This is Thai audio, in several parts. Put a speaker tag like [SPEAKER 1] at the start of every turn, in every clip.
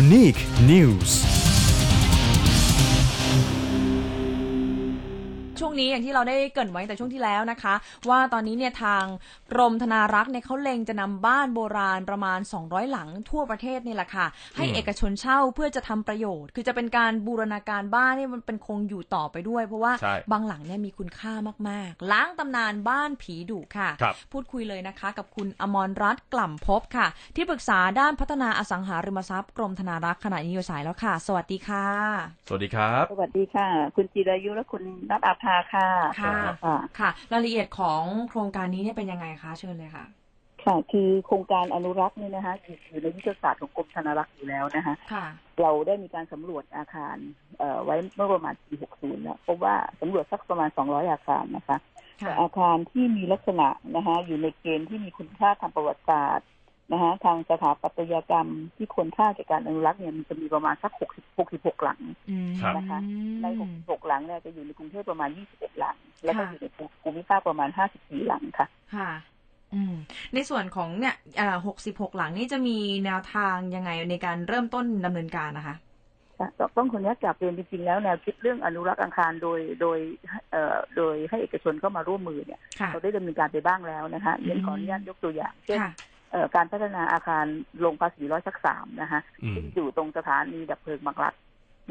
[SPEAKER 1] Unique News
[SPEAKER 2] ช่วงนี้อย่างที่เราได้เกรินไว้แต่ช่วงที่แล้วนะคะ ว่าตอนนี้เนี่ยทางกรมธนารักษ์เนี่ยเขาเล็งจะนำบ้านโบราณประมาณ 200 หลังทั่วประเทศนี่แหละค่ะ ให้เอกชนเช่าเพื่อจะทำประโยชน์ คือจะเป็นการบูรณาการบ้านให้มันเป็นคงอยู่ต่อไปด้วย เพราะว่า
[SPEAKER 3] ใช่
[SPEAKER 2] บางหลังเนี่ยมีคุณค่ามากๆ ล้างตำนานบ้านผีดุค่ะ
[SPEAKER 3] ครับ
[SPEAKER 2] พูดคุยเลยนะคะ กับคุณอมรรัตน์กล่ำภพบค่ะ ที่ปรึกษาด้านพัฒนาอสังหาริมทรัพย์กรมธนารักษ์ขณะนี้อยู่สายแล้วค่ะ สวัสดีค่ะ
[SPEAKER 3] สวัสดีครับ
[SPEAKER 4] สวัสดีค่ะ คุณจิรายุและคุณนัทอาภาค่ะ
[SPEAKER 2] ค่ะ
[SPEAKER 4] ค่ะ
[SPEAKER 2] ค่ะ รายละเอียดของโครงการนี้เนี่ยเป็นยังไงคะ เชิญเลยค่ะ
[SPEAKER 4] ค่ะ คือโครงการอนุรักษ์เนี่ยนะคะอยู่อยู่ในยุทธศาสตร์ของกรมธนารักษ์อยู่แล้วนะคะ
[SPEAKER 2] ค่ะ
[SPEAKER 4] เราได้มีการสำรวจอาคารเอ่อไว้เมื่อประมาณปี 60 แล้วพบว่าสำรวจสักประมาณ 200 อาคารนะคะ
[SPEAKER 2] ค่ะ
[SPEAKER 4] อาคารที่มีลักษณะนะคะอยู่ในเกณฑ์ที่มีคุณค่าทางประวัติศาสตร์นะคะทางสถาปัตยกรรมที่ควรค่าแก่การอนุรักษ์เนี่ยมันจะมีประมาณสัก60 66 หลัง
[SPEAKER 2] อืม
[SPEAKER 3] ครับ
[SPEAKER 4] นะคะ ใน
[SPEAKER 2] อืม
[SPEAKER 4] 66 หลังเนี่ยจะอยู่ในกรุงเทพประมาณ 21 หลัง แล้วก็
[SPEAKER 2] ค่ะ
[SPEAKER 4] อยู่ในภูมิภาคประมาณ 54 หลังค่ะ
[SPEAKER 2] ค่ะ อืม ในส่วนของเนี่ยหกสิบหกหลังนี่จะมีแนวทางยังไงในการเริ่มต้นดำเนินการนะคะ
[SPEAKER 4] ค่ะก็ต้องคนนี้กลับเรียนจริงๆแล้วแนวคิดเรื่องอนุรักษ์อังคารโดยโดยเอ่อโดยให้เอกชนเข้ามาร่วมมือเนี่ย
[SPEAKER 2] ค่ะ
[SPEAKER 4] เราได้ดำเนินการไปบ้างแล้วนะคะเรียนขออนุญาตยกตัวอย่างเช่น
[SPEAKER 2] ค่ะ
[SPEAKER 4] เอ่อการพัฒนาอาคารลงภาษีร้อยสักสามนะคะ
[SPEAKER 3] อืม
[SPEAKER 4] ซึ่งอยู่ตรงสถานีดับเพลิงบางรัก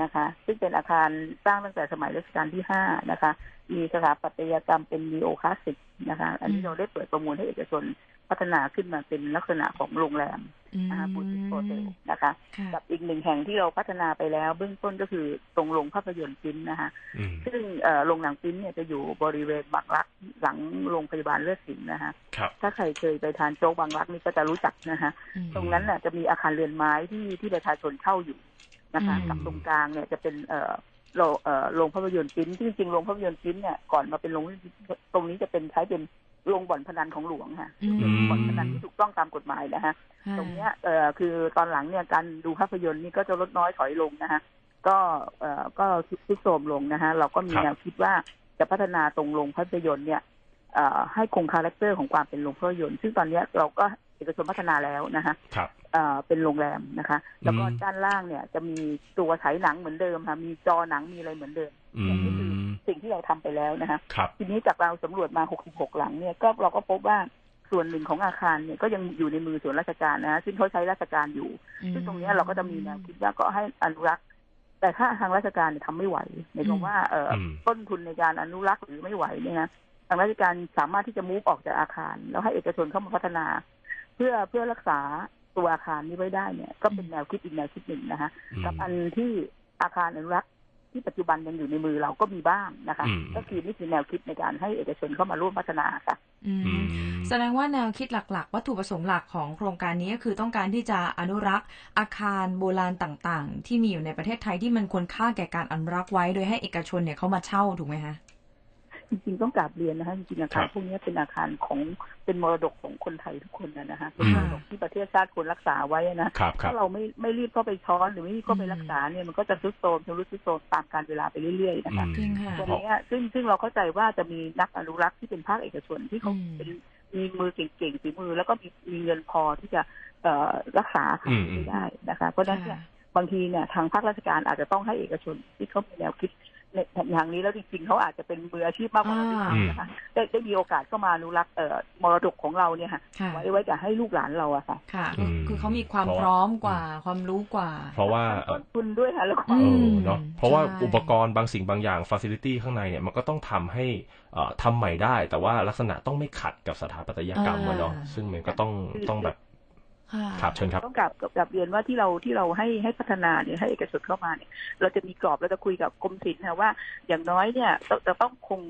[SPEAKER 4] นะคะ ซึ่งเป็นอาคารสร้างตั้งแต่สมัยรัชกาลที่ห้านะคะ มีสถาปัตยกรรมเป็นนีโอคลาสสิกนะคะ อันนี้
[SPEAKER 2] อืม
[SPEAKER 4] เราได้เปิดประมูลให้เอกชนพัฒนาขึ้นมาเป็นลักษณะของโรงแรม
[SPEAKER 2] อืม
[SPEAKER 4] นะคะบูติโฮเทลนะคะ
[SPEAKER 2] ค่ะ
[SPEAKER 4] กับอีกหนึ่งแห่งที่เราพัฒนาไปแล้ว เบื้องต้นก็คือตรงโรงภาพยนตร์ปริ้นนะคะ
[SPEAKER 3] อืม
[SPEAKER 4] ซึ่งเอ่อโรงหนังปริ้นเนี่ยจะอยู่บริเวณบางรักหลังโรงพยาบาลเลือดสินนะคะ
[SPEAKER 3] ครับ
[SPEAKER 4] ถ้าใครเคยไปทานโจ๊กบางรักนี่ก็จะรู้จักนะคะ
[SPEAKER 2] อืม
[SPEAKER 4] ตรงนั้นน่ะจะมีอาคารเรือนไม้ที่ที่ประชาชนเช่าอยู่นะคะ
[SPEAKER 3] อืม
[SPEAKER 4] กับตรงกลางเนี่ยจะเป็นเอ่อโรงเอ่อโรงภาพยนตร์ปริ้นที่จริงๆโรงภาพยนตร์ปริ้นเนี่ยก่อนมาเป็นโรงตรงนี้จะเป็นใช้เป็นโรงบ่อนพนันของหลวงค่ะ
[SPEAKER 2] อืม
[SPEAKER 4] เป็นบ่อนพนันที่ถูกต้องตามกฎหมายนะคะ
[SPEAKER 2] ค่ะ
[SPEAKER 4] ตรงเนี้ยเอ่อคือตอนหลังเนี่ยการดูภาพยนตร์นี่ก็จะลดน้อยถอยลงนะคะก็เอ่อก็ทุดโทรมลงนะคะเราก็มี
[SPEAKER 3] ครับ
[SPEAKER 4] แนวคิดว่าจะพัฒนาตรงโรงภาพยนตร์เนี่ยเอ่อให้คงคาแรคเตอร์ของความเป็นโรงภาพยนตร์ซึ่งตอนเนี้ยเราก็เอกชนพัฒนาแล้วนะคะ
[SPEAKER 3] ครับ
[SPEAKER 4] เอ่อเป็นโรงแรมนะคะ แล้วก็
[SPEAKER 3] อืม
[SPEAKER 4] ด้านล่างเนี่ยจะมีตัวฉายหนังเหมือนเดิมค่ะมีจอหนังมีอะไรเหมือนเดิม
[SPEAKER 3] อืม
[SPEAKER 4] สิ่งที่เราทำไปแล้วนะคะ
[SPEAKER 3] ครับ
[SPEAKER 4] ทีนี้จากเราสำรวจมา 66 หลังเนี่ย ก็เราก็พบว่าส่วนหนึ่งของอาคารเนี่ยก็ยังอยู่ในมือส่วนราชการนะ ซึ่งเขาใช้ราชการอยู่ ซึ่งตรงเนี้ยเราก็จะมีแนวคิดว่าก็ให้อนุรักษ์ แต่ถ้าทางราชการเนี่ยทำไม่ไหวหมายความว่าเอออ
[SPEAKER 3] อืม
[SPEAKER 4] ต้นทุนในการอนุรักษ์หรือไม่ไหวเนี่ยนะทางราชการสามารถที่จะมูฟออกจากอาคาร แล้วให้เอกชนเข้ามาพัฒนา เพื่อเพื่อรักษาตัวอาคารนี้ไว้ได้เนี่ยก็เป็นแนวคิดอีกแนวคิดหนึ่งนะคะ
[SPEAKER 3] ม
[SPEAKER 4] กับอันที่อาคารอนุรักษ์ที่ปัจจุบันยังอยู่ในมือเราก็มีบ้างนะคะ
[SPEAKER 3] อืม
[SPEAKER 4] ก็คือนี่คือแนวคิดในการให้เอกชนเข้ามาร่วมพัฒนาค่ะ
[SPEAKER 2] อืม
[SPEAKER 3] อืม
[SPEAKER 2] แสดงว่าแนวคิดหลัก ๆ วัตถุประสงค์หลักของโครงการนี้ก็คือต้องการที่จะอนุรักษ์อาคารโบราณต่างๆ ที่มีอยู่ในประเทศไทยที่มันควรค่าแก่การอนุรักษ์ไว้โดยให้เอกชนเนี่ยเขามาเช่าถูกไหมคะ
[SPEAKER 4] จริงๆต้องกราบเรียนนะคะจริงๆอาคาร
[SPEAKER 3] ครับ
[SPEAKER 4] พวกนี้เป็นอาคารของเป็นมรดกของคนไทยทุกคนนะนะคะ
[SPEAKER 3] อืม
[SPEAKER 4] มรดกที่ประเทศชาติควรรักษาไว้นะครับ
[SPEAKER 3] ครั
[SPEAKER 4] ถ้า
[SPEAKER 3] บ
[SPEAKER 4] เราไม่ไม่รีบเข้าไปช้อนหรือไม่รีบเข้าไปรักษาเนี่ยมันก็จะทรุดโทรมทรุดทรุดโทรมตามการเวลาไปเรื่อยๆนะคะ
[SPEAKER 2] จริงค่ะ
[SPEAKER 4] ตรงเนี้ยซึ่งซึ่งเราเข้าใจว่าจะมีนักอนุรักษ์ที่เป็นภาคเอกชนที่เขา
[SPEAKER 2] อืม
[SPEAKER 4] เป็นมีมือเก่งๆฝีมือ แล้วก็มีมีเงินพอที่จะเอ่อรักษา
[SPEAKER 3] อืม
[SPEAKER 4] ไม่ได้นะคะ เพราะฉะนั้นเนี่ยบางทีเนี่ยทางภาคราชการอาจจะต้องให้เอกชนที่เขามีแนวคิดในทางนี้แล้วจริงๆเขาอาจจะเป็นมืออาชีพมากกว่าเราด้วย
[SPEAKER 2] อ่า
[SPEAKER 3] อืม
[SPEAKER 4] นะคะได้ได้มีโอกาสเข้ามาอนุรักษ์เอ่อมรดกของเราเนี่ยค่ะ
[SPEAKER 2] ค่ะ
[SPEAKER 4] ไว้ไว้จะให้ลูกหลานเราอะค่ะ
[SPEAKER 2] ค่ะ
[SPEAKER 3] อืม
[SPEAKER 2] คือเขามีความ
[SPEAKER 3] เพราะว่า
[SPEAKER 2] พร้อมกว่า ความรู้กว่า
[SPEAKER 3] เพราะว่าเอ
[SPEAKER 4] ต้
[SPEAKER 3] อน
[SPEAKER 4] ทุนด้วยค่ะแล้วก็
[SPEAKER 2] อืม
[SPEAKER 3] เออเนาะเพราะว่า
[SPEAKER 2] ใช่
[SPEAKER 3] อุปกรณ์บางสิ่งบางอย่างฟ a ซิลิตี้ข้างในเนี่ยมันก็ต้องทำให้เอ่อทำใหม่ได้ แต่ว่าลักษณะต้องไม่ขัดกับสถาปัตยกรรมอะเนาะซึ่งมันก็ต้องต้องแบบ
[SPEAKER 2] ค่ะ
[SPEAKER 3] ครับเชิญครับ
[SPEAKER 4] ต้องกลับกลับเรียนว่าที่เราที่เราให้ให้พัฒนาเนี่ยให้เอกชนเข้ามาเนี่ยเราจะมีกรอบเราจะคุยกับกรมศิลป์นะว่า อย่างน้อยเนี่ยต้องจะต้องคง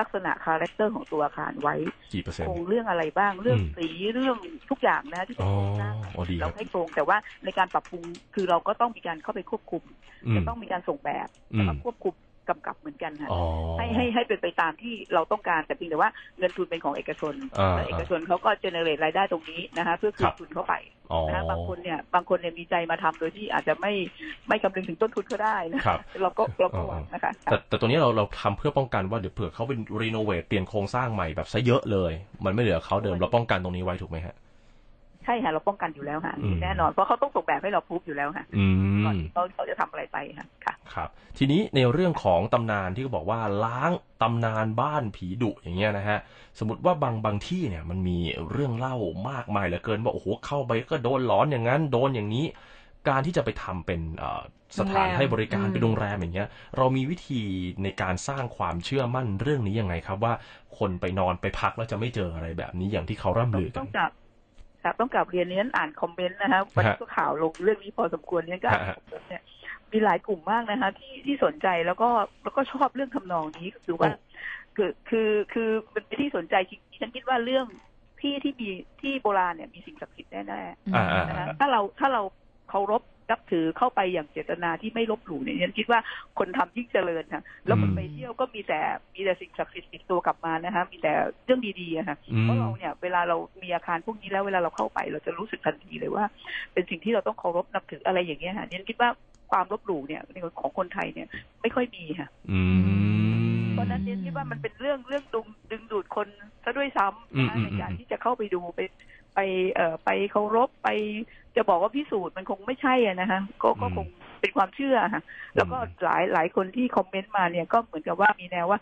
[SPEAKER 4] ลักษณะคาแรคเตอร์ของตัวอาคารไว้
[SPEAKER 3] กี่เปอร์เซ็น
[SPEAKER 4] ค
[SPEAKER 3] ต์
[SPEAKER 4] งเรื่องอะไรบ้างเรื่อง
[SPEAKER 3] อืม
[SPEAKER 4] สีเรื่องทุกอย่างนะที่เป็
[SPEAKER 3] อ๋
[SPEAKER 4] น
[SPEAKER 3] อ
[SPEAKER 4] โครงสร้าง
[SPEAKER 3] โอ้ดีค
[SPEAKER 4] เรา
[SPEAKER 3] รับ
[SPEAKER 4] ให้คงแต่ว่าในการปรับปรุงคือเราก็ต้องมีการเข้าไปควบคุม
[SPEAKER 3] อื
[SPEAKER 4] จะ
[SPEAKER 3] ม
[SPEAKER 4] ต้องมีการส่งแบบ
[SPEAKER 3] อื
[SPEAKER 4] แล้ว
[SPEAKER 3] ม
[SPEAKER 4] ก็ควบคุมกำกับเหมือนกันค่ะ
[SPEAKER 3] อ๋อ
[SPEAKER 4] ให้ให้ให้เป็นไปตามที่เราต้องการแต่เพียงแต่ว่าเงินทุนเป็นของเอกชน
[SPEAKER 3] อ่า
[SPEAKER 4] แต่เอกชนเขาก็เจเนเรตรายได้ตรงนี้นะคะ เพื่อคื
[SPEAKER 3] ครั
[SPEAKER 4] น
[SPEAKER 3] บ
[SPEAKER 4] ทุนเข้าไป
[SPEAKER 3] อ๋อ
[SPEAKER 4] นะคะบางคนเนี่ยบางคนเนี่ยมีใจมาทำโดยที่อาจจะไม่ไม่คำนึงถึงต้นทุนก็ได้นะครับ เราก็เราก็
[SPEAKER 3] อ๋อ
[SPEAKER 4] หวังนะคะ
[SPEAKER 3] แต่แต่ตัวนี้เราเราทำเพื่อป้องกันว่าเดี๋ยวเผื่อเขาเป็นรีโนเวทเปลี่ยนโครงสร้างใหม่แบบซะเยอะเลย มันไม่เหลือเขาเดิมเราป้องกันตรงนี้ไว้ถูกไหมฮะ
[SPEAKER 4] ใ ช่ค่ะเราป้องกันอยู่แล้วค่ะ
[SPEAKER 3] อืม
[SPEAKER 4] แน่นอนเพราะเขาต้องส่งแบบให้เราพูฟอยู่แล้วค่ะ
[SPEAKER 3] อื
[SPEAKER 4] ก่อน
[SPEAKER 3] ม
[SPEAKER 4] ที่เขาเขาจะทำอะไรไปค่ะค่ะ
[SPEAKER 3] ครับ ทีนี้ในเรื่องของตำนานที่เขาบอกว่าล้างตำนานบ้านผีดุอย่างเงี้ยนะฮะสมมติว่าบางบางที่เนี่ยมันมีเรื่องเล่ามากมายเหลือเกินว่าโอ้โหเข้าไปก็โดนหลอนอย่างนั้นโดนอย่างนี้ การที่จะไปทำเป็นเอ่อสถานให้บริการ
[SPEAKER 2] อืม
[SPEAKER 3] เป็นโรงแรมอย่างเงี้ยเรามีวิธีในการสร้างความเชื่อมั่นเรื่องนี้ยังไงครับ ว่าคนไปนอนไปพักแล้วจะไม่เจออะไรแบบนี้อย่างที่เขาร่ำลือกั
[SPEAKER 4] ต้อน งกลับครับต้องกลับเรียนเนี้ยอ่านคอมเมนต์นะคะวันนี้ก็ข่าวลงเรื่องนี้พอสมควรเนี่ยก็
[SPEAKER 3] ฮะฮะ
[SPEAKER 4] เนี่ยมีหลายกลุ่มมากนะคะที่ที่สนใจแล้วก็แล้วก็ชอบเรื่องทำนองนี้ก็คือว่า คือคือคือมันเป็นที่สนใจจริงๆฉันคิดว่าเรื่องที่ที่มีที่โบราณเนี่ยมีสิ่งศักดิ์สิทธิ์แน่
[SPEAKER 3] อ่าอ่า
[SPEAKER 4] ๆนะ
[SPEAKER 3] อ่า
[SPEAKER 4] คะถ้าเราถ้าเราเคารพนับถือเข้าไปอย่างเจตนาที่ไม่ลบหลู่เนี่ยฉันคิดว่าคนทำยิ่งเจริญค่ะแล้วคนไปเที่ยวก็มีแต่มีแต่สิ่งศักดิ์สิทธิ์ติดตัวกลับมานะคะมีแต่เรื่องดีๆอะค่ะ
[SPEAKER 3] อื
[SPEAKER 4] เพราะ
[SPEAKER 3] ม
[SPEAKER 4] เราเนี่ยเวลาเรามีอาคารพวกนี้แล้วเวลาเราเข้าไปเราจะรู้สึกทันทีเลยว่า เป็นสิ่งที่เราต้องเคารพนับถืออะไรอย่างเงี้ยค่ะเนี่ยคิดว่าความลบหลู่เนี่ยในของคนไทยเนี่ยไม่ค่อยมีค่ะ
[SPEAKER 3] อืม
[SPEAKER 4] เพราะฉะนั้นเนี่ยคิดว่ามันเป็นเรื่องเรื่องดึงดึงดูดคนซะด้วยซ้ำนะ
[SPEAKER 3] อืมอืม
[SPEAKER 4] ในการที่จะเข้าไปดูไปไปเอ่อไปเคารพไปจะบอกว่าพิสูจน์มันคงไม่ใช่อะนะคะก็ก็คงเป็นความเชื่อค่ะแล้วก็หลายหลายคนที่คอมเมนต์มาเนี่ยก็เหมือนกับว่ามีแนวว่า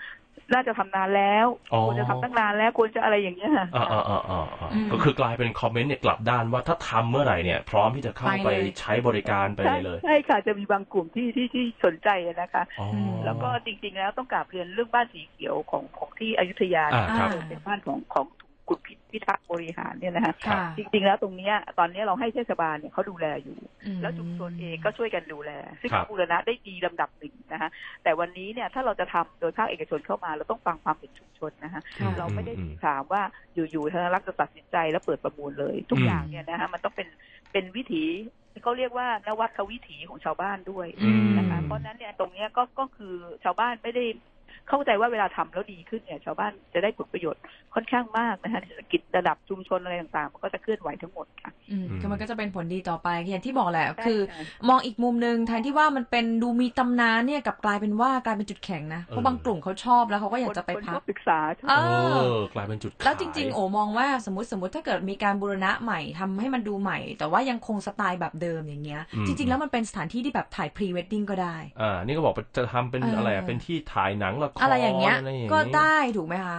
[SPEAKER 4] น่าจะทำนานแล้ว
[SPEAKER 3] อ๋อ
[SPEAKER 4] ควรจะทำตั้งนานแล้วควรจะอะไรอย่างเงี้ยค่ะ
[SPEAKER 3] อ่าอ่าอ่าอ่าอ่า
[SPEAKER 2] อืม
[SPEAKER 3] ก็คือกลายเป็นคอมเมนต์เนี่ยกลับด้านว่าถ้าทำเมื่อไหร่เนี่ย พร้อมที่จะเข้า
[SPEAKER 2] ไป
[SPEAKER 3] ไป
[SPEAKER 2] เลย
[SPEAKER 3] ใช้บริการไปเลยเลย
[SPEAKER 4] ใช่ใช่ค่ะจะมีบางกลุ่มที่ที่ที่สนใจนะคะ
[SPEAKER 3] อ๋อ
[SPEAKER 4] แล้วก็จริงๆแล้วต้องกราบเรียนเรื่องบ้านสีเขียวของของที่อยุธยา
[SPEAKER 3] อ่าครับ
[SPEAKER 4] ที่เป็นบ้านของของคุณพิพิทักษ์บริหารเนี่ยนะคะ
[SPEAKER 2] ค่ะ
[SPEAKER 4] จริง ๆ แล้วตรงเนี้ยตอนเนี้ยเราให้เทศบาลเนี่ยเขาดูแลอยู่
[SPEAKER 2] อืม
[SPEAKER 4] แล้วชุมชนเองก็ช่วยกันดูแล ซึ่ง
[SPEAKER 3] ครับ
[SPEAKER 4] บูรณะได้ดีลำดับหนึ่งนะคะแต่วันนี้เนี่ยถ้าเราจะทำโดยภาคเอกชนเข้ามาเราต้องฟังความเป็นชุมชนนะคะ
[SPEAKER 2] ค่ะ
[SPEAKER 4] เราไม่ได้
[SPEAKER 3] อืม
[SPEAKER 4] ถามว่าอยู่ๆธนารักษ์จะตัดสินใจแล้วเปิดประมูลเลย ทุก
[SPEAKER 3] อืม
[SPEAKER 4] อย่างเนี่ยนะคะมันต้องเป็นเป็นวิถีเขาเรียกว่านวัตวิถีของชาวบ้านด้วย
[SPEAKER 3] อืม
[SPEAKER 4] นะคะเพราะฉะนั้นเนี่ยตรงเนี้ยก็ก็คือชาวบ้านไม่ได้เข้าใจว่าเวลาทำแล้วดีขึ้นเนี่ย ชาวบ้านจะได้ผลประโยชน์ค่อนข้างมากนะคะเศรษฐกิจระดับชุมชนอะไรต่างๆ มันก็จะเคลื่อนไหวทั้งหมดค่ะ
[SPEAKER 2] อืม
[SPEAKER 3] อืม
[SPEAKER 2] คือมันก็จะเป็นผลดีต่อไปอย่างที่บอกแหละ
[SPEAKER 4] ใช่
[SPEAKER 2] คือ
[SPEAKER 4] ค่ะ
[SPEAKER 2] มองอีกมุมหนึ่งแทนที่ว่ามันเป็นดูมีตำนานเนี่ยกลับกลายเป็นว่ากลายเป็นจุดแข็งนะ เพราะบางกลุ่มเขาชอบแล้วเขาก็อยากจะไป
[SPEAKER 4] คน
[SPEAKER 2] พั
[SPEAKER 4] ก็
[SPEAKER 2] ก
[SPEAKER 4] ปรึกษาใช่ไหม
[SPEAKER 2] เอ
[SPEAKER 3] เอ
[SPEAKER 2] อ
[SPEAKER 3] อกลายเป็นจุดขาย
[SPEAKER 2] แล้วจริง ๆ โอมองว่าสมมติสมมติถ้าเกิดมีการบูรณะใหม่ทำให้มันดูใหม่ แต่ว่ายังคงสไตล์แบบเดิมอย่างเงี้ย
[SPEAKER 3] อืม
[SPEAKER 2] จริง ๆ แล้วมันเป็นสถานที่ที่แบบถ่ายพรีเวดดิ้งก็ได้
[SPEAKER 3] อ่านี่ก็บอกว่าจะทำเป็น
[SPEAKER 2] เอออ
[SPEAKER 3] อะไรอ่ะเป็นที่ถ่ายหนังละคร
[SPEAKER 2] อะไรอย่างเงี้ย
[SPEAKER 3] อะไรอย่าง
[SPEAKER 2] ก็
[SPEAKER 3] เงี้ย
[SPEAKER 2] ได้ถูกไหมคะ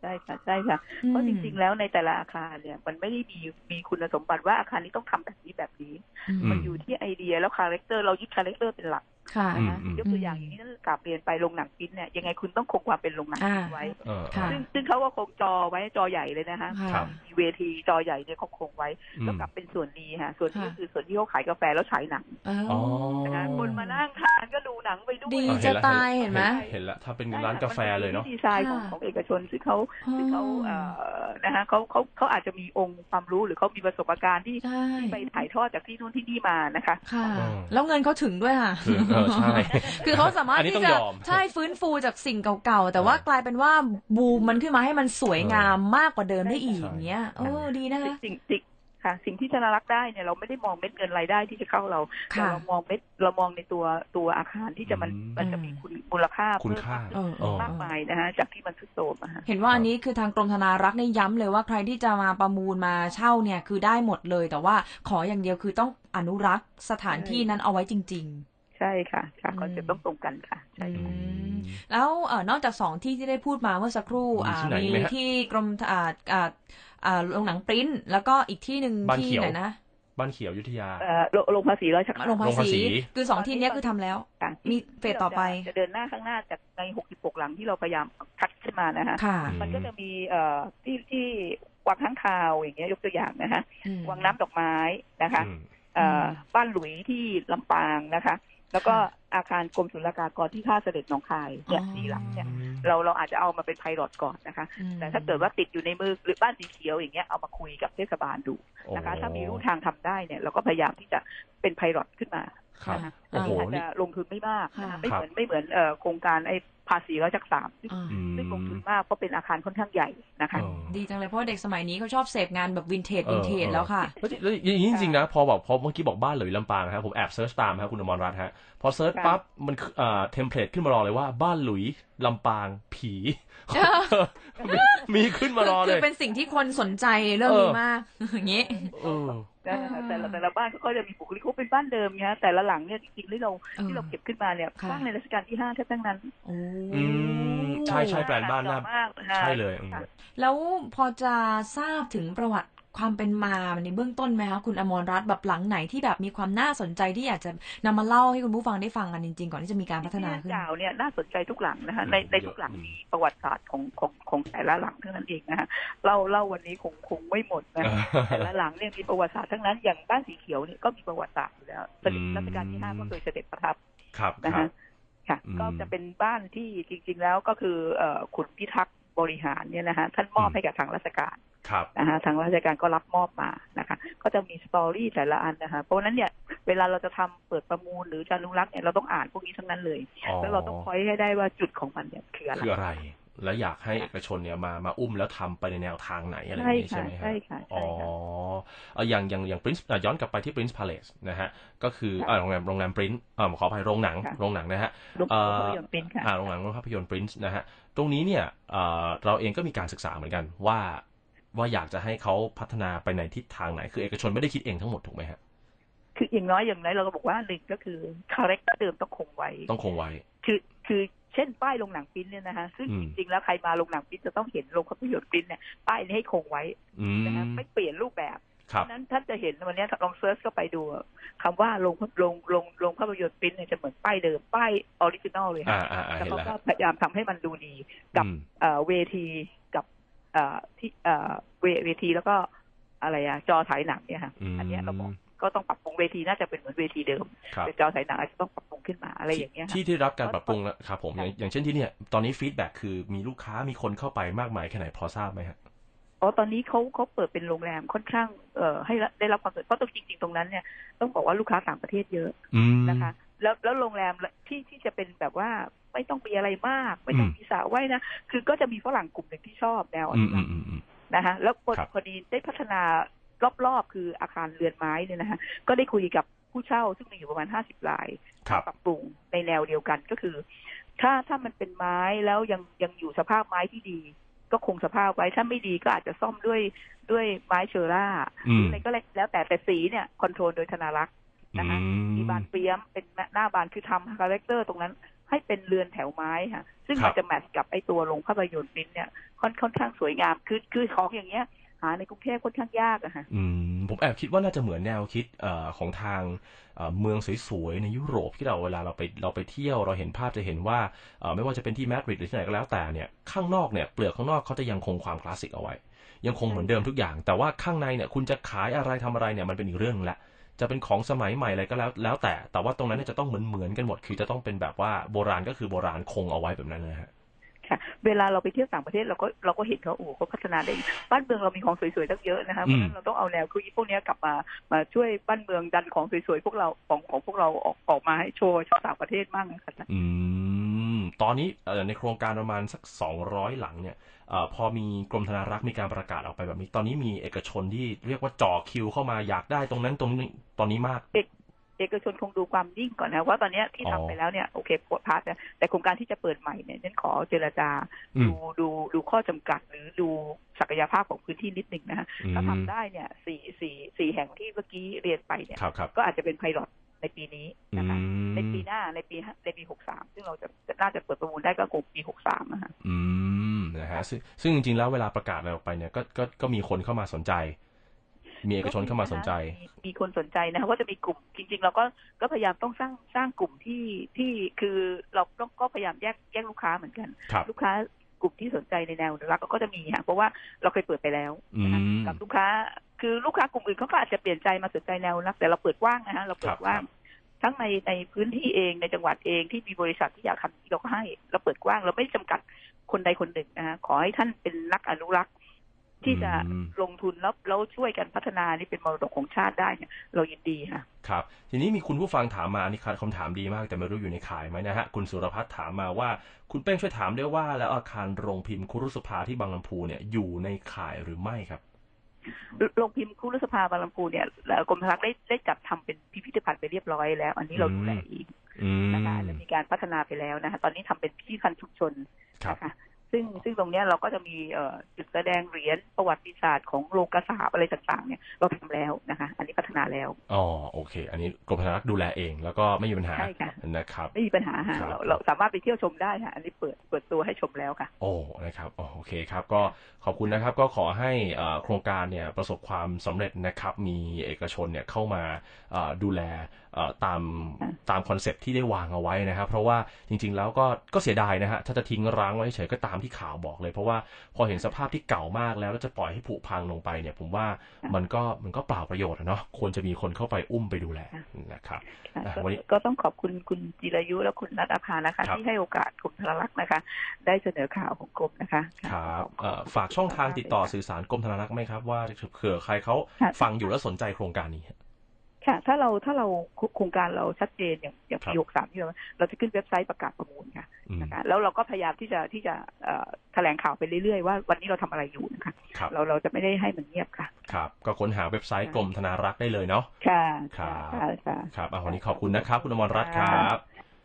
[SPEAKER 4] ใช่ค่ะใช่ค่ะ เพราะจริงๆแล้วในแต่ละอาคารเนี่ย มันไม่ได้มีมีคุณสมบัติว่าอาคารนี้ต้องทำแบบนี้แบบนี้
[SPEAKER 2] อื
[SPEAKER 3] มั
[SPEAKER 4] มัน
[SPEAKER 2] ม
[SPEAKER 4] อยู่ที่ไอเดียแล้วคาแรคเตอร์เรายึดคาแรคเตอร์เป็นหลัก
[SPEAKER 2] ค่ะ
[SPEAKER 3] อืม
[SPEAKER 4] นะ
[SPEAKER 3] อืม
[SPEAKER 4] ยกตัวอย่างอย่างนี้นั่นกลับเรียนไปโรงหนังฟินเนี่ยยังไงคุณต้องคงความเป็นโรงหนังฟินไว้
[SPEAKER 3] เออ
[SPEAKER 2] ค่ะ
[SPEAKER 4] ซึ่งซึ่งเขาก็คงจอไว้จอใหญ่เลยนะคะ
[SPEAKER 2] ค่ะ
[SPEAKER 4] มีเวทีจอใหญ่เนี่ยเขาคงไว้
[SPEAKER 3] อืม
[SPEAKER 4] แล้วกลับเป็นส่วนนี้ค่ะ ส่วนนี้
[SPEAKER 2] ค่ะ
[SPEAKER 4] ก็คือส่วนที่เขาขายกาแฟแล้วฉายหนัง
[SPEAKER 2] เออ
[SPEAKER 3] อ๋อ
[SPEAKER 4] นะคะ
[SPEAKER 3] อ๋อ
[SPEAKER 4] คนมานั่งทานก็ดูหนังไปด้วย
[SPEAKER 2] ดี
[SPEAKER 3] เออเห็
[SPEAKER 2] จะ
[SPEAKER 3] นแล้ว
[SPEAKER 2] ตายเห็นไหม
[SPEAKER 3] เห็นละถ้าเป็นร้านกาแฟเลยเนาะ
[SPEAKER 4] มัป็วิธีดีไซน์ของ
[SPEAKER 2] ค่ะ
[SPEAKER 4] ของเอกชนซึ่งเขา ซึ่งเขาเอ่อนะคะเขาเขาเขาอาจจะมีองค์ความรู้หรือเขามีประสบการณ์ที่
[SPEAKER 2] ใช่
[SPEAKER 4] ที่ไปถ่ายทอดจากที่นู่นที่นี่มานะคะ
[SPEAKER 2] ค่ะ
[SPEAKER 3] เออ
[SPEAKER 2] แล้วเงินเขาถึงด้วยค่ะ
[SPEAKER 3] คือเออใช่
[SPEAKER 2] คือเขาสามารถ
[SPEAKER 3] อันนี้ต้
[SPEAKER 2] ที่
[SPEAKER 3] อง
[SPEAKER 2] จะ
[SPEAKER 3] ยอม
[SPEAKER 2] ใช่ฟื้นฟูจากสิ่งเก่าๆ แต่ว่า
[SPEAKER 3] เออก
[SPEAKER 2] ลายเป็นว่าบูมมันขึ้นมาให้มันสวยงามมากกว่าเดิมได้อีก
[SPEAKER 3] ใช่
[SPEAKER 2] อย่างเงี้ยเออ
[SPEAKER 3] ใช่
[SPEAKER 2] ดีนะ
[SPEAKER 4] สิ่ง
[SPEAKER 2] คะ
[SPEAKER 4] สิ่งสิ่งค่ะ สิ่งที่ธนารักษ์ได้เนี่ยเราไม่ได้มองเม็ดเงินรายได้ที่จะเข้าเราแต่
[SPEAKER 2] ค่ะ
[SPEAKER 4] เรามองเม็ดเรามองในตัวตัวอาคารที่จะมัน
[SPEAKER 3] อืม
[SPEAKER 4] มันจะมีคุณมูลค่า
[SPEAKER 3] คุณ
[SPEAKER 4] เพิ่ม
[SPEAKER 3] ค่า
[SPEAKER 2] เออเออ
[SPEAKER 4] มากมายนะคะจากที่มันทรุดโทรมอะค่ะ
[SPEAKER 2] เห็นว่าอันนี้คือทางกรมธนารักษ์เนี่ยย้ำเลยว่าใครที่จะมาประมูลมาเช่าเนี่ยคือได้หมดเลย แต่ว่าขออย่างเดียวคือต้องอนุรักษ์สถานที่นั้นเอาไว้จริง
[SPEAKER 4] ใช่ค่ะค่ะ
[SPEAKER 2] อืม
[SPEAKER 4] คอนเซ็ปต์ต้องตรงกันค่ะ
[SPEAKER 2] ๆ
[SPEAKER 4] ใช่
[SPEAKER 2] อื
[SPEAKER 4] ค่ะ
[SPEAKER 2] มแล้วเออนอกจากสองที่ที่ได้พูดมาเมื่อสักครู่
[SPEAKER 3] มี
[SPEAKER 2] อ่า
[SPEAKER 3] ที่ไหน
[SPEAKER 2] มี
[SPEAKER 3] ไหมฮะ
[SPEAKER 2] ที่กรมอ่าอ่าอ่าโรงหนังปริ้นท์แล้วก็อีกที่หนึ่ง
[SPEAKER 3] บ้าน
[SPEAKER 2] ที่
[SPEAKER 3] เขียว
[SPEAKER 2] ไหนนะ
[SPEAKER 3] บ้านเขียวอยุธยา
[SPEAKER 4] เอ่อโรงโรงภาษีร้อยชัก
[SPEAKER 2] โรง
[SPEAKER 3] โรง
[SPEAKER 2] ภา
[SPEAKER 3] ภาษี
[SPEAKER 2] ษีคือสองที่เนี้ยคือทำแล้ว
[SPEAKER 4] ค่ะ
[SPEAKER 2] มีเฟสต่อไป
[SPEAKER 4] จะเดินหน้าข้างหน้าจากใน 66 หลังที่เราพยายามคัดขึ้นมานะคะ
[SPEAKER 2] ค่ะ
[SPEAKER 4] มันก็จะมีเอ่อที่ที่วังข้างคาวอย่างเงี้ยยกตัวอย่างนะคะ
[SPEAKER 2] อืม
[SPEAKER 4] วังน้ำดอกไม้นะคะ
[SPEAKER 3] อืม
[SPEAKER 4] เอ่ออ
[SPEAKER 2] ม
[SPEAKER 4] บ้านหลุยที่ลำปางนะคะ แล้วก็
[SPEAKER 2] ค่ะ
[SPEAKER 4] อาคารกรมศุลกากรที่ท่าเสด็จหนองคายเนี่ยสี่หลังเนี่ยเราเราอาจจะเอามาเป็นไพลอตก่อนนะคะ
[SPEAKER 2] อืม
[SPEAKER 4] แต่ถ้าเกิดว่าติดอยู่ในมือหรือบ้านสีเขียวอย่างเงี้ยเอามาคุยกับเทศบาลดูนะคะ ถ้ามีรูทางทำได้เนี่ยเราก็พยายามที่จะเป็นไพลอตขึ้นมา
[SPEAKER 3] ครับ
[SPEAKER 2] ค่ะ
[SPEAKER 3] โอ้โห
[SPEAKER 4] ที่อาจ
[SPEAKER 3] นี่
[SPEAKER 4] จะลงทุนไม่มากนะคะ
[SPEAKER 2] ค่ะ
[SPEAKER 4] ไม่เหมือนไม่เหมือนเอ่อโครงการไอ้ภาษีร้อยจักสามซึ่ง
[SPEAKER 2] อ่า
[SPEAKER 3] อืม
[SPEAKER 4] ซึ่งลงทุนมากเพราะเป็นอาคารค่อนข้างใหญ่นะคะ
[SPEAKER 3] เออ
[SPEAKER 2] ดีจังเลยเพราะว่าเด็กสมัยนี้เขาชอบเสพงานแบบวินเทจ
[SPEAKER 3] เออ
[SPEAKER 2] วินเทจ
[SPEAKER 3] เออ
[SPEAKER 2] แล้วค่ะ
[SPEAKER 3] แล้วที่แล้วอย่างนี้จริงๆนะพอแบบพอเมื่อกี้บอกบ้านเหลือลำปางนะครับผมแอบเซิร์ชตามครับคุณอมรรัตน์ฮะพอเซิร์ช
[SPEAKER 4] ค่ะ
[SPEAKER 3] ปั๊บมันคืออ่าเทมเพลตขึ้นมารอเลยว่าบ้านหลุยลำปางผี
[SPEAKER 2] เออ
[SPEAKER 3] มีมีขึ้นมารอ
[SPEAKER 2] คื
[SPEAKER 3] เล
[SPEAKER 2] อย เป็นสิ่งที่คนสนใจเรื่องนี้มาก อย่างนี้
[SPEAKER 3] เออ
[SPEAKER 4] แต่ละ
[SPEAKER 2] อ่า
[SPEAKER 4] แต่ละแต่ละบ้านเขาก็จะมีบุคลิกเขาเป็นบ้านเดิมเนี่ยแต่ละหลังเนี่ยจริงๆที่เรา
[SPEAKER 2] เออ
[SPEAKER 4] ที่เราเก็บขึ้นมาเนี่ย
[SPEAKER 2] ค่ะ
[SPEAKER 4] สร้างในรัชกาลที่ห้าแทบทั้งนั้น
[SPEAKER 2] โอ้
[SPEAKER 3] อืมใช่ใช่ แปลนบ้านหน้า
[SPEAKER 4] เก่มากนะคะ
[SPEAKER 3] ใช่เลยอืม
[SPEAKER 4] ค่ะ
[SPEAKER 2] แล้วพอจะทราบถึงประวัติความเป็นมาในเบื้องต้นไหมคะคุณอมรรัตน์แบบหลังไหนที่แบบมีความน่าสนใจที่อยากจะนำมาเล่าให้คุณผู้ฟังได้ฟังกันจริงๆ ก่อนที่จะมีการพัฒนาขึ้น
[SPEAKER 4] ที่กล่าวเนี่ยน่าสนใจทุกหลังนะคะ
[SPEAKER 3] อืม
[SPEAKER 4] ในในทุกหลังมีประวัติศาสตร์ของของของแต่ละหลังเท่านั้นเองนะคะเล่าเล่าวันนี้คงคงไม่หมดนะคะ แต่ละหลังเนี่ยมีประวัติศาสตร์ทั้งนั้นอย่างบ้านสีเขียวเนี่ยก็มีประวัติศาสตร์อยู่แล้วเสด็จ
[SPEAKER 3] อืม
[SPEAKER 4] รัชกาลที่ห้าก็เคยเสด็จประทับ
[SPEAKER 3] ครับค
[SPEAKER 4] นะ
[SPEAKER 3] รั
[SPEAKER 4] คะ
[SPEAKER 3] บ
[SPEAKER 4] ค่ะ
[SPEAKER 3] อืม
[SPEAKER 4] ก็จะเป็นบ้านที่จริง ๆ แล้วก็คือเอ่อขุนพิทักษ์บริหารเนี่ยนะคะท่านมอบ
[SPEAKER 3] อืม
[SPEAKER 4] ให้กับทางราชการ
[SPEAKER 3] ครับ
[SPEAKER 4] นะคะทางราชการก็รับมอบมานะคะ ก็จะมีสตอรี่แต่ละอันนะคะ เพราะฉะนั้นเนี่ยเวลาเราจะทำเปิดประมูลหรือจะอนุรักษ์เนี่ยเราต้องอ่านพวกนี้ทั้งนั้นเลย
[SPEAKER 3] อ๋อ
[SPEAKER 4] แล้วเราต้องคอยให้ได้ว่าจุดของมันเนี่ยคืออะไร
[SPEAKER 3] คืออะไร และอยากให้เอกชนเนี่ยมามาอุ้มแล้วทำไปในแนวทางไหนอะไรอย่างนี้
[SPEAKER 4] ค่ะ
[SPEAKER 3] ใช่ไหมฮะ
[SPEAKER 4] ใช่ค่ะ
[SPEAKER 3] อ๋อ
[SPEAKER 4] ใช่ค่ะ
[SPEAKER 3] เอาอย่างอย่างอย่าง Prince อ่ะย้อนกลับไปที่ Prince Palace นะฮะ ก็คือ
[SPEAKER 4] ค่ะ
[SPEAKER 3] อ่ะโรงแรมโรงแรม Prince อ่าขออภัยโรงหนัง
[SPEAKER 4] ค่ะ
[SPEAKER 3] โรงหนังนะฮะ
[SPEAKER 4] รูป
[SPEAKER 3] เอ่อ
[SPEAKER 4] ภาพยนตร์เป็นค่ะ
[SPEAKER 3] อ่าโรงหนังโรงภาพยนตร์ Prince นะฮะ ตรงนี้เนี่ยอ่าเราเองก็มีการศึกษาเหมือนกันว่า ว่าอยากจะให้เขาพัฒนาไปในทิศทางไหน คือเอกชนไม่ได้คิดเองทั้งหมดถูกไหมฮะ
[SPEAKER 4] คืออย่างน้อยอย่างน้อยเราก็บอกว่าหนึ่งก็คือคาแรคเตอร์เดิมต้องคงไว้
[SPEAKER 3] ต้องคงไว้
[SPEAKER 4] คือคือเช่นป้ายโรงหนังปิ้นเนี่ยนะคะซึ่ง
[SPEAKER 3] อืม
[SPEAKER 4] จริงๆแล้วใครมาโรงหนังปิ้นจะต้องเห็นโรงภาพยนตร์ปิ้นเนี่ยป้ายนี้ให้คงไว้
[SPEAKER 3] อืม
[SPEAKER 4] นะคะไม่เปลี่ยนรูปแบบ
[SPEAKER 3] ครั
[SPEAKER 4] เพ
[SPEAKER 3] บ
[SPEAKER 4] ราะฉะนั้นท่านจะเห็นวันนี้ลองเซิร์ชเข้าไปดูคำว่าลงลงลงลงภาพยนตร์ปริ้นท์เนี่ยจะเหมือนป้ายเดิมป้ายออริจินอลเลย
[SPEAKER 3] อ่า
[SPEAKER 4] ค่ะ
[SPEAKER 3] อ่าอ่า
[SPEAKER 4] แล้
[SPEAKER 3] เห็น
[SPEAKER 4] วเขา
[SPEAKER 3] แล้ว
[SPEAKER 4] ก็
[SPEAKER 3] ฮะ
[SPEAKER 4] พยายามทำให้มันดูดี กับ
[SPEAKER 3] อืม
[SPEAKER 4] เอ่อเวทีกับเอ่อที่เอ่อเวเวทีแล้วก็อะไรอะจอฉายหนังเนี่ยค่ะ
[SPEAKER 3] อืม
[SPEAKER 4] อันเนี้ยเราบอกก็ต้องปรับปรุงเวทีน่าจะเป็นเหมือนเวทีเดิม
[SPEAKER 3] ครับ
[SPEAKER 4] แต่จอฉายหนังอาจจะต้องปรับปรุงขึ้นมาอะไรอย่างเงี้ยค่ะ
[SPEAKER 3] ที่ที่ได้รับการปรับปรุงแล้วครับผมอ
[SPEAKER 4] ค่ะ
[SPEAKER 3] ย่างอย่างเช่นที่เนี่ยตอนนี้ฟีดแบ็กคือมีลูกค้ามีคนเข้าไปมากมายแค่ไหนพอทราบไหมฮะ
[SPEAKER 4] อ๋อตอนนี้เขาเขาเปิดเป็นโรงแรมค่อนข้างเอ่อให้ได้รับความสนใจเพราะตรงจริงๆตรงนั้นเนี่ยต้องบอกว่าลูกค้าต่างประเทศเยอะ
[SPEAKER 3] อืม
[SPEAKER 4] นะคะแล้วแล้วโรงแรมที่ที่จะเป็นแบบว่าไม่ต้องมีอะไรมาก ไม่ต้อง
[SPEAKER 3] อืม
[SPEAKER 4] มีสระว่ายนะ คือก็จะมีฝรั่งกลุ่มหนึ่งที่ชอบแนวอ
[SPEAKER 3] อื
[SPEAKER 4] นุ
[SPEAKER 3] มอื
[SPEAKER 4] รั
[SPEAKER 3] ม
[SPEAKER 4] กษ์
[SPEAKER 3] อืมอืม
[SPEAKER 4] นะคะแล้วพอ
[SPEAKER 3] ครับ
[SPEAKER 4] พอดีได้พัฒนารอบๆ คืออาคารเรือนไม้เนี่ยนะคะก็ได้คุยกับผู้เช่าซึ่งมีอยู่ประมาณห้าสิบราย
[SPEAKER 3] ครับ
[SPEAKER 4] ปรับปรุงในแนวเดียวกันก็คือ ถ้าถ้ามันเป็นไม้แล้วยังยังอยู่สภาพไม้ที่ดี ก็คงสภาพไว้ถ้าไม่ดีก็อาจจะซ่อมด้วยด้วยไม้เชอร่าห
[SPEAKER 3] อื
[SPEAKER 4] รือ
[SPEAKER 3] ม
[SPEAKER 4] อะไรก็แล้วแต่แต่สีเนี่ยคอนโทรลโดยธนารักษ์ นะคะ
[SPEAKER 3] อืม
[SPEAKER 4] มีบานเปียมเป็นหน้าบานคือทำคาแรคเตอร์ตรงนั้นให้เป็นเรือนแถวไม้ค่ะ ซึ่ง
[SPEAKER 3] ครับ
[SPEAKER 4] มันจะแมทช์กับไอตัวโรงภาพยนตร์ปริ้นท์เนี่ยค่อนค่อนข้างสวยงามคือคือของอย่างเงี้ย หาในกรุงเทพค่อนข้างยากอะค่ะ
[SPEAKER 3] อืมผมแอบคิดว่าน่าจะเหมือนแนวคิดเอ่อของทางเอ่อเมืองสวยๆในยุโรปที่เราเวลาเราไปเราไปเที่ยวเราเห็นภาพจะเห็นว่าเอ่อไม่ว่าจะเป็นที่มาดริดหรือที่ไหนก็แล้วแต่เนี่ยข้างนอกเนี่ยเปลือกข้างนอกเขาจะยังคงความคลาสสิกเอาไว้ ยังคงเหมือนเดิมทุกอย่าง แต่ว่าข้างในเนี่ยคุณจะขายอะไรทำอะไรเนี่ยมันเป็นอีกเรื่องหนึ่งละจะเป็นของสมัยใหม่อะไรก็แล้วแล้วแต่ แต่ว่าตรงนั้นเนยจะต้องเหมือนเหมือนๆกันหมดคือจะต้องเป็นแบบว่าโบราณก็คือโบราณคงเอาไว้แบบนั้นนะฮะ
[SPEAKER 4] ค่ะ เวลาเราไปเที่ยวต่างประเทศเราก็เราก็เห็นเขาโอ้โหเขาพัฒนาได้อีกบ้านเมืองเรามีของสวยๆตั้งเยอะนะคะเพ
[SPEAKER 3] อืม
[SPEAKER 4] ราะฉะนั้นเราต้องเอาแนวคือพวกเนี้ยกลับมามาช่วยบ้านเมืองดันของสวยๆพวกเราของของพวกเราออกออกมาให้โชว์ชาวต่างประเทศบ้างนะคะ
[SPEAKER 3] อืม ตอนนี้เอ่อในโครงการประมาณสักสองร้อยหลังเนี่ยเออพอมีกรมธนารักษ์มีการประกาศออกไปแบบนี้ ตอนนี้มีเอกชนที่เรียกว่าจ่อคิวเข้ามาอยากได้ตรงนั้นตรงนี้ตอนนี้มาก
[SPEAKER 4] เอกชนคงดูความนิ่งก่อนนะว่าตอนเนี้ยที่
[SPEAKER 3] อ๋อ
[SPEAKER 4] ทำไปแล้วเนี่ยโอเคปวดพาร์ทนะแต่โครงการที่จะเปิดใหม่เนี่ยฉันขอเจรจา
[SPEAKER 3] อืม
[SPEAKER 4] ดูดูดูข้อจำกัดหรือดูศักยภาพของพื้นที่นิดหนึ่งนะฮะ
[SPEAKER 3] อืม
[SPEAKER 4] ถ้าทำได้เนี่ยสี่สี่สี่แห่งที่เมื่อกี้เรียนไปเนี่ย
[SPEAKER 3] ครับครับ
[SPEAKER 4] ก็อาจจะเป็นไพลอตในปีนี้
[SPEAKER 3] อื
[SPEAKER 4] นะคะ
[SPEAKER 3] ม
[SPEAKER 4] ในปีหน้าในปีห้าในปีหกสามซึ่งเราจะน่าจะเปิดประมูลได้ก็คงปีหกสามนะคะ
[SPEAKER 3] อืมนะฮะซึ่งซึ่งจริงๆแล้วเวลาประกาศอะไรออกไปเนี่ยก็ก็ก็มีคนเข้ามาสนใจ มีเอกชนเข้ามาสนใจ
[SPEAKER 4] มีมีคนสนใจนะคะว่าจะมีกลุ่มจริง ๆ เราก็ก็พยายามต้องสร้างสร้างกลุ่มที่ที่คือเราต้องก็พยายามแยกแยกลูกค้าเหมือนกัน
[SPEAKER 3] ครับ
[SPEAKER 4] ลูกค้ากลุ่มที่สนใจในแนวอนุรักษ์ก็จะมีค่ะเพราะว่าเราเคยเปิดไปแล้วนะคะ
[SPEAKER 3] อืม
[SPEAKER 4] กับลูกค้าคือลูกค้ากลุ่มอื่นเขาก็อาจจะเปลี่ยนใจมาสนใจแนวอนุรักษ์แต่เราเปิดกว่างนะคะเราเปิ
[SPEAKER 3] ครั
[SPEAKER 4] ด
[SPEAKER 3] บ
[SPEAKER 4] กว่าง ทั้งในในพื้นที่เองในจังหวัดเองที่มีบริษัทที่อยากทำที่เราก็ให้ เราเปิดกว้าง เราไม่ได้จำกัดคนใดคนหนึ่งนะคะขอให้ท่านเป็นนักอนุรักษ์ ที่จะ
[SPEAKER 3] อืม
[SPEAKER 4] ลงทุนแล้วแล้วช่วยกันพัฒนานี่เป็นมรดกของชาติได้เนี่ยเรายินดีค่ะ
[SPEAKER 3] ครับ ทีนี้มีคุณผู้ฟังถามมาอันนี้คำถามดีมากแต่ไม่รู้อยู่ในขายไหมนะฮะ คุณสุรพัฒน์ถามมาว่า คุณเป้งช่วยถามด้วยว่า แล้วอาคารโรงพิมพ์คุรุสภาที่บางลำพูเนี่ยอยู่ในข่ายหรือไม่ครับ
[SPEAKER 4] โรงพิมพ์คุรุสภาบางลำพูเนี่ยเอ่อกรมพลักษณ์ได้ได้จัดทำเป็นพิพิธภัณฑ์ไปเรียบร้อยแล้ว อันนี้เราดูแลเอง
[SPEAKER 3] อืม
[SPEAKER 4] นะคะและมีการพัฒนาไปแล้วนะคะตอนนี้ทำเป็นพิพิธภัณฑ์ชุมชน
[SPEAKER 3] ครับ
[SPEAKER 4] นะคะซึ่งซึ่งตรงเนี้ยเราก็จะมีเอ่อจุดแสดงเหรียญประวัติศาสตร์ของโลกสาปอะไรต่างๆเนี่ยเราทำแล้วนะคะ อันนี้พัฒนาแล้ว
[SPEAKER 3] อ๋อโอเค อันนี้กรมธนารักษ์ดูแลเอง แล้วก็ไม่มีปัญหา
[SPEAKER 4] ใช่ค่ะ
[SPEAKER 3] นะครับ
[SPEAKER 4] ไม่มีปัญหาค่ะ
[SPEAKER 3] ครับ
[SPEAKER 4] เราเราสามารถไปเที่ยวชมได้ค่ะอันนี้เปิดเปิดตัวให้ชมแล้วค่ะ
[SPEAKER 3] โอ้นะครับอ๋อโอเคครับ ก็ขอบคุณนะครับ ก็ขอให้เอ่อโครงการเนี่ยประสบความสำเร็จนะครับ มีเอกชนเนี่ยเข้ามาเอ่อดูแลเอ่อตาม
[SPEAKER 4] ค่ะ
[SPEAKER 3] ตามคอนเซปต์ที่ได้วางเอาไว้นะครับ เพราะว่าจริง ๆ แล้วก็ก็เสียดายนะฮะ ถ้าจะทิ้งร้างไว้เฉยก็ตามที่ข่าวบอกเลย เพราะว่าพอเห็นสภาพที่เก่ามากแล้วแล้วจะปล่อยให้ผุพังลงไปเนี่ย ผมว่ามันก็มันก็เปล่าประโยชน์อะเนาะ ควรจะมีคนเข้าไปอุ้มไปดูแลนะครับ
[SPEAKER 4] ค่ะ
[SPEAKER 3] อ่ะ
[SPEAKER 4] ก็
[SPEAKER 3] วันนี้
[SPEAKER 4] ก็ต้องขอบคุณคุณจิรายุและคุณนัทอาภานะคะ
[SPEAKER 3] ครับ
[SPEAKER 4] ที่ให้โอกาสกรมธนรักษ์นะคะ ได้เสนอข่าวของกรมนะคะ
[SPEAKER 3] คะ รับ
[SPEAKER 4] ขอคุณ
[SPEAKER 3] เอ่อฝากช่องทางติดต่อ
[SPEAKER 4] มกๆเลยค่ะ
[SPEAKER 3] สื่อสารกรมธนารักษ์ไหมครับว่าเผื่อใครเขา
[SPEAKER 4] ค่ะ
[SPEAKER 3] ฟังอยู่แล้วสนใจโครงการนี้
[SPEAKER 4] ค่ะ ถ้าเราถ้าเราโครงการเราชัดเจนอย่างอย่าง
[SPEAKER 3] ครับ
[SPEAKER 4] ปีหกสามที่เราเราจะขึ้นเว็บไซต์ประกาศประมูลค่ะ
[SPEAKER 3] อื
[SPEAKER 1] Mm.
[SPEAKER 3] ม
[SPEAKER 4] นะคะแล้วเราก็พยายามที่จะที่จะเอ่อแถลงข่าวไปเรื่อยๆว่าวันนี้เราทำอะไรอยู่นะคะ
[SPEAKER 3] ครับ
[SPEAKER 4] เราเราจะไม่ได้ให้มันเงียบค่ะ
[SPEAKER 3] ครับก็ค้นหาเว็บไซต์กรมธนารักษ์ได้เลยเนาะ
[SPEAKER 4] ค่ะ
[SPEAKER 3] ครับ
[SPEAKER 4] ค่ะค่ะ
[SPEAKER 3] ครับอ่ะวันนี้ขอบคุณนะครับ คุณอมรรัตน์ครับ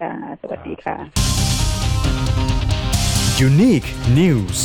[SPEAKER 4] ค่ะ สวัสดี
[SPEAKER 3] รับ
[SPEAKER 4] ค่ะ
[SPEAKER 3] วัสดี
[SPEAKER 1] Unique News.